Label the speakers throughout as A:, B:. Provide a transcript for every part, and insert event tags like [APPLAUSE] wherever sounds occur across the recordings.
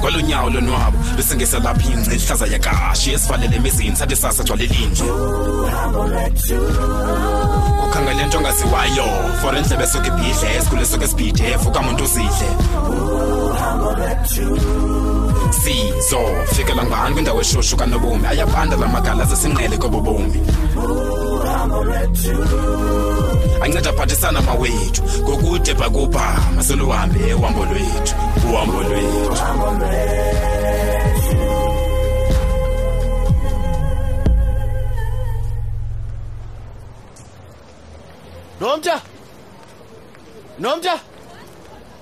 A: kwalonyawo lonwabo besingesa lapha ingci ihlaza yakashi esivalele emizini sathi sasa gcwale linje ukhangele nto ongaziwayo for endlebe esuke ibhidle esikhule esuke esibhidef ukamuntu uzidle sizofikela ngubani kwindawo eshushu kanobomi ayabanda la magala zesinqele kobobomi anceda aphathisana mawethu ngokude bhakubhama seluhambe uhambo lwethu uhambo lwethu
B: nomta nomta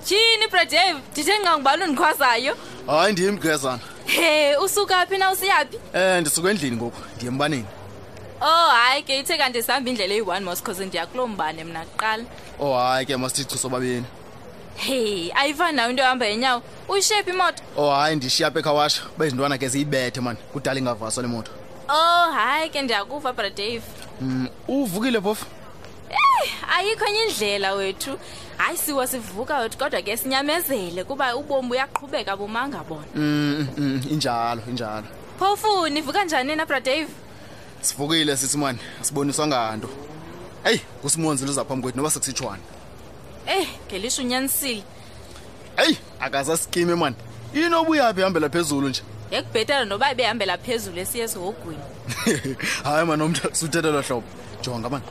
C: tyhini bradave ndithe ngangubani undikhwazayo
B: hayi ndim gezana
C: he usuka phi na usiyaphi
B: um ndisuka endlini ngoku ndiye embaneni
C: oh hayi ke ithe kanti sihamba indlela eyi-one mos cause ndiyakuloo mbane mna kuqala
B: oh hayi ke masithicu sobabini
C: he ayifani nayo into yohamba yenyawo uyishephi imoto
B: oh hayi ndishiya apha ekhawasha uba izintwana ke ziyibethe mani kudala ingavaswa le moto
C: oh hayi ke ndiyakuva bradave
B: Mm, uvukile phofu
C: ayikho enye indlela wethu hayi siwa sivuka wethu kodwa ke sinyamezele kuba ubomi buyaqhubeka bumanga bona
B: Mm, mm, mm, injalo injalo
C: phofu nivuka njani na bradave
B: sivukile sithi mani asiboniswa nganto eyi ngusimonzile uza phambi kwethu noba sekusitshwane
C: eyi ngelisho Eh, unyanisile
B: eyi akasasikime mani inobuya phi ihambela phezulu nje [LAUGHS]
C: yekubhetele noba ebehambela phezulu esiye esihogwini
B: hayi mani omntu suthethelwa hlobo jonga mani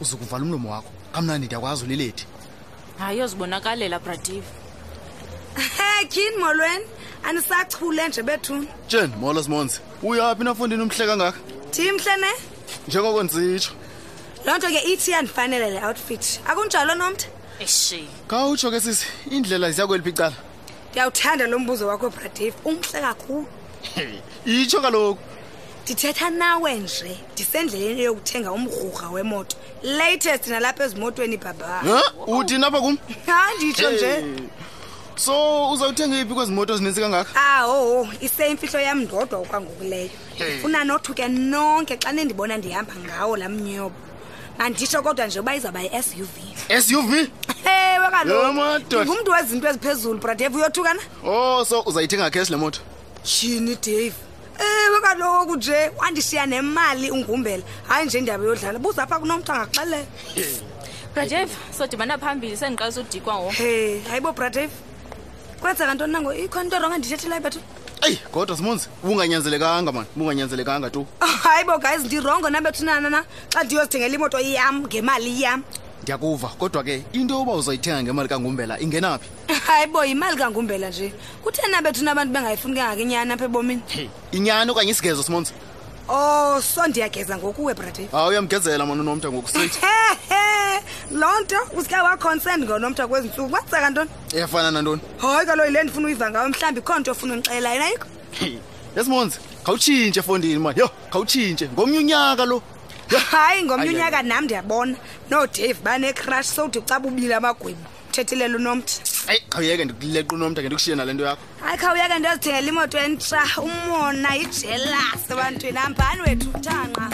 B: uzukuvala umlomo wakho kamnandi ndiyakwazi ulilethi
C: hayi uyozibonakalela bradave
D: he tyhini molweni andisachule nje bethuni
B: tsheni molo simonzi uyaphi nafundini umhle kangaka
D: ndimhle ne
B: njengoko ndisitsho
D: loo nto ke ithi iyandifanele le outfit akunjalo nomtha
C: eshe
B: khawutsho ke sisi indlela ziya kweliphi icala
D: ndiyawuthanda lo mbuzo wakho bradave umhle kakhulu
B: itsho kaloku
D: ndithetha nawe nje ndisendleleni yokuthenga umrhurha wemoto latest nalapha ezimotweni bhaba
B: Huh? uthini apha kum
D: hayi nditsho nje
B: Hey. so uzawuthenga iphi kwezi moto zinintsi kangaka
D: awowo Ah, iseyimfihlo yam ndodwa okwangokuleyo funa nothuke nonke xa nendibona ndihamba ngawo laa mnyobo manditsho kodwa nje uba izawuba yi-s u v
B: suv
D: ewe
B: Yho, madoda.
D: kalokuingumntu wezinto eziphezulu bradave uyothukana
B: oh so uzayithenga cash le moto
D: shini dave ewe kaloku nje wandishiya nemali ungumbela hayi nje indaba yodlala buza apha kunomntu angakuxelela
C: bradave sodibana phambili sendiqalisa udikwa ngoku
D: he hayi bo bradave kwenzeka ntoni nango ikhona into ronga ndithethelayo bethu
B: eyi kodwa simonzi ubunganyanzelekanga mani ubunganyanzelekanga tu
D: [LAUGHS] hayi bo guys ndirongo nabethu nanana xa ndiyozithengela imoto yam ngemali yam
B: ndiyakuva kodwa ke into yoba uzayithenga ngemali kangumbela ingenaphi
D: [LAUGHS] hayi bo yimali kangumbela nje kutheni nabethu nabantu bengayifuni kangakenyani apha ebomini
B: inyani okanye isigezo simonzi
D: oh so ndiyageza ngokuwe bradave
B: hayi uyamgezela mani unomnta ngoku [LAUGHS] straight
D: hehe loo nto usike waconcern ngonomtha kwezi ntsuku kwenzeka ntoni
B: efana nantoni
D: hayi kaloku yile ndifuna uyiva ngayo mhlawumbi ikho nto ofuna undixelelayo nayikho
B: yesimonzi khawutshintshe efondini mani yho khawutshintshe ngomnye unyaka lo [LAUGHS]
D: hayi ngomnye
B: Ayi, ayi.
D: unyaka nam ndiyabona noodave banecrash sowudicaba ubile amagwibo uthethelela unomtha
B: eyi khawuyeke ndikuleqa unomnta ke ndikushiye nale nto yakho
D: hayi khawuyeke ndiyozithengela imoto entsha umona ijelasi ebantwini hambani wethu uthanqa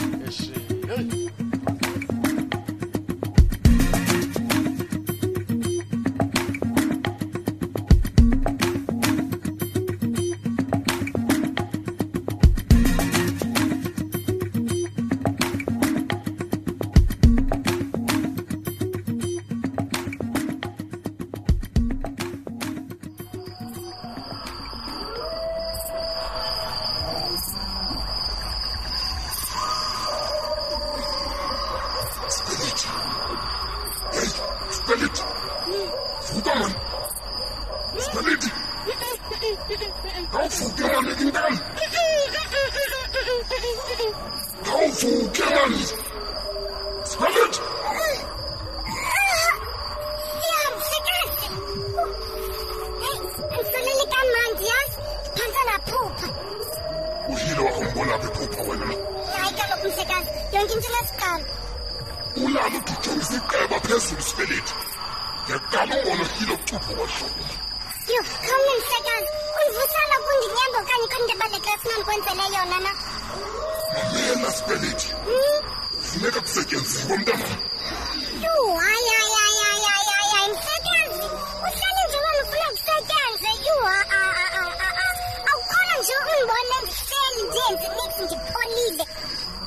E: uselele kamanzi yazi phantsi naphupha
F: uyile wakumbona apha ephupha wena
E: hayi kaloku mhlekazi yonke into lesiqala
F: ulala udujongisa iqeba phezulu sibelethi ndiyaqala umbona uyile ucupho kwahlobo
E: yho khawumne mhlekazi undivusala kundinyemba okanye kondibalekileyo sinam kwenzele yona na
F: mamela sibelethi
E: Hmm?
F: funeka kusetyenziwe mntana
E: yho hayi hayi hayi hayi hayi hayi mhlekazi uhlale njengoba ufuna kusetyenzwe yho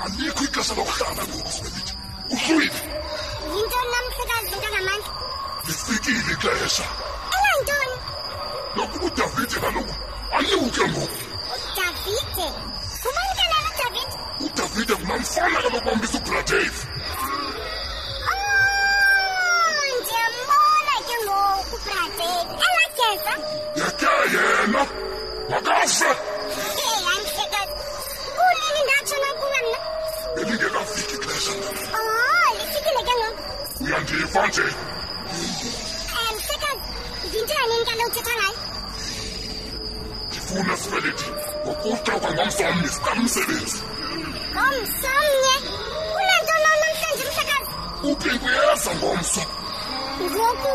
F: ndifuna ukuhlala ngoku sibelithi uhlwile
E: yinto namhlekazi into ngamandla
F: lifikile ixesha
E: elantoni
F: nokuba udavide kaloku anyuke ngoku
E: davide ubanikana nodavide
F: udavide kungamfana kaloku bambisa ubradave
E: Oh, ndiyambona ke ngoku bradeni elageza
F: yeke yena makafe
E: hey andihlekazi kunini ndatshona kuwe mna
F: belingekafiki ixesha ndalo
E: kan?" oh lifikile ke ngoku
F: uyandiva nje
E: um mhlekazi yintoni enkalo uthetha ngayo
F: ndifuna sibelithi ngokuxa kwangomzomnye sikamsebenzi
E: ngomsomnye unantoni namhlanje mhlekazi
F: upinguyeza ngomso
E: ngoku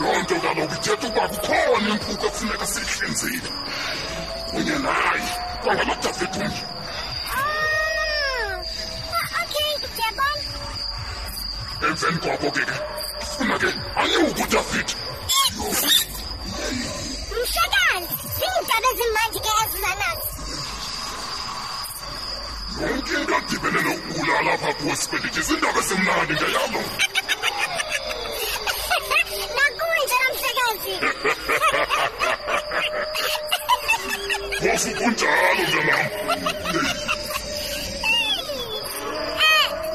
F: loo nto kaloku ithetha uba kukhona impuku efuneka siyihlinzile kunye naye kwangalo davide umnye
E: ah Oh, okay ndiyabona
F: emveni kwabo ke ke funa ke anyuke udavide
E: mhlekazi ziindaba ezimandi ke ezizanazo
F: yonke into adibene nokubulala apha kuwe sibelithi ziindaba esimnandi ngeyalo
E: nakunje namhlekazi
F: phofu kunjalo mntanam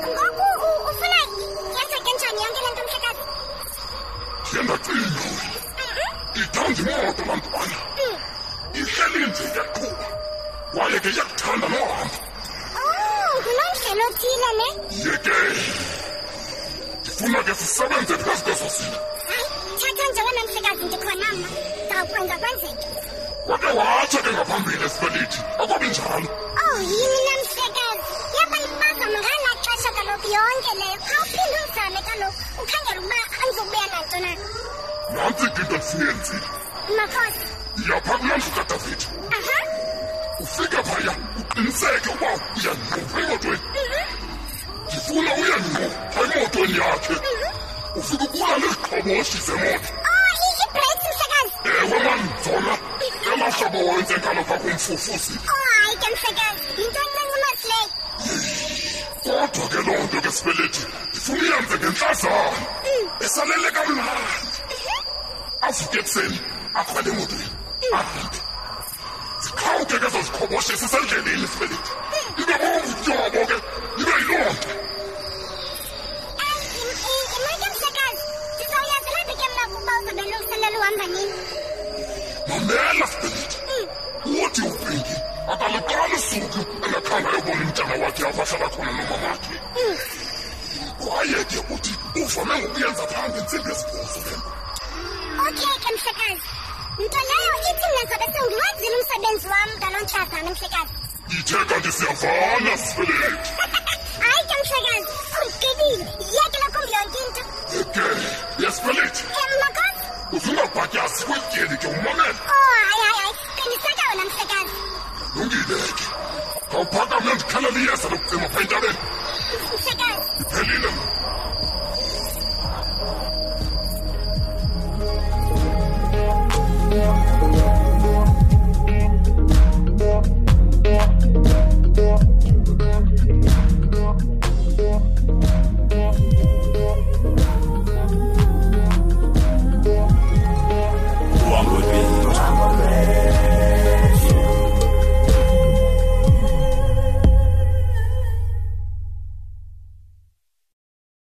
E: um ngoku u- ufuna yenzeke njani yonke le nto mhlekazi
F: ndiye ndacinga wena ithanda imoto laa ntwana ihleli nje iyaqhuba kwaye ke iyakuthanda nohamba
E: oh ngunomdlela othile ne
F: yeke ndifuna ke sisebenze phezu kwezo zinto
E: hayi thatha nje wena mhlekazi ndikhona mna ndawukwenza kwenzeke
F: kwake watsho ke ngaphambili esibelithi akwabi njalo
E: oh yini namhlekazi yabayipazama ngalaa xesha kaloku yonke leyo khawuphinde uzame kaloku ukhangela ukuba andizokubuya nanto na
F: nantsi ke into ndisiyenzile
E: makhosi
F: iyapha kulaa ndlu kadavide
E: aha
F: ufike phaya uqiniseke uba uyanqupha emotweni ndifuna uyanqupha emotweni yakhe ufike ubulale iziqhoboshi zemoto
E: oh i- ibreaks mhlekazi
F: ewe mani zona elaa hlobo wenze ngalo pha kumfufusi
E: oh hayi ke mhlekazi yinto encancumasileyo
F: kodwa ke loo nto ke sibelethi ndifuna iyenze ngentlazana esalele kamnandi avuke ekuseni akhwele emotweni ahambe ziqhawuke ke zoziqhoboshi sisendleleni sibelethi ibe bomtyobo ke ibe yiloo nto
E: imake mhlekazi ndizawuyazelaphi ke mna kuba uzabelungiselela uhamba nini
F: mamela sibelethi uthi upinki akaluqali usuku engakhange ayobona umntana wakhe abahlala khona nomamakhe kwaye ke uthi uvame ngokuyenza phambi ntsimbi esibhozo le nto.
E: okay ke mhlekazi nto leyo ithi mna zabe sendiwenzile umsebenzi wam ngaloo ntlazana mhlekazi
F: ithe kanti siyavana sibelethi
E: hayi ke mhlekazi ugqibile yekela kum yonke into
F: ke yesibelethi
E: em makhosi
F: uzingabhatyasi kwetyeli ke umamele
E: oh hayi hayi hayi qiniseka wena mhlekazi
F: lungile ke khawuphakame ndikhalela iyeza lokucima pha entabeni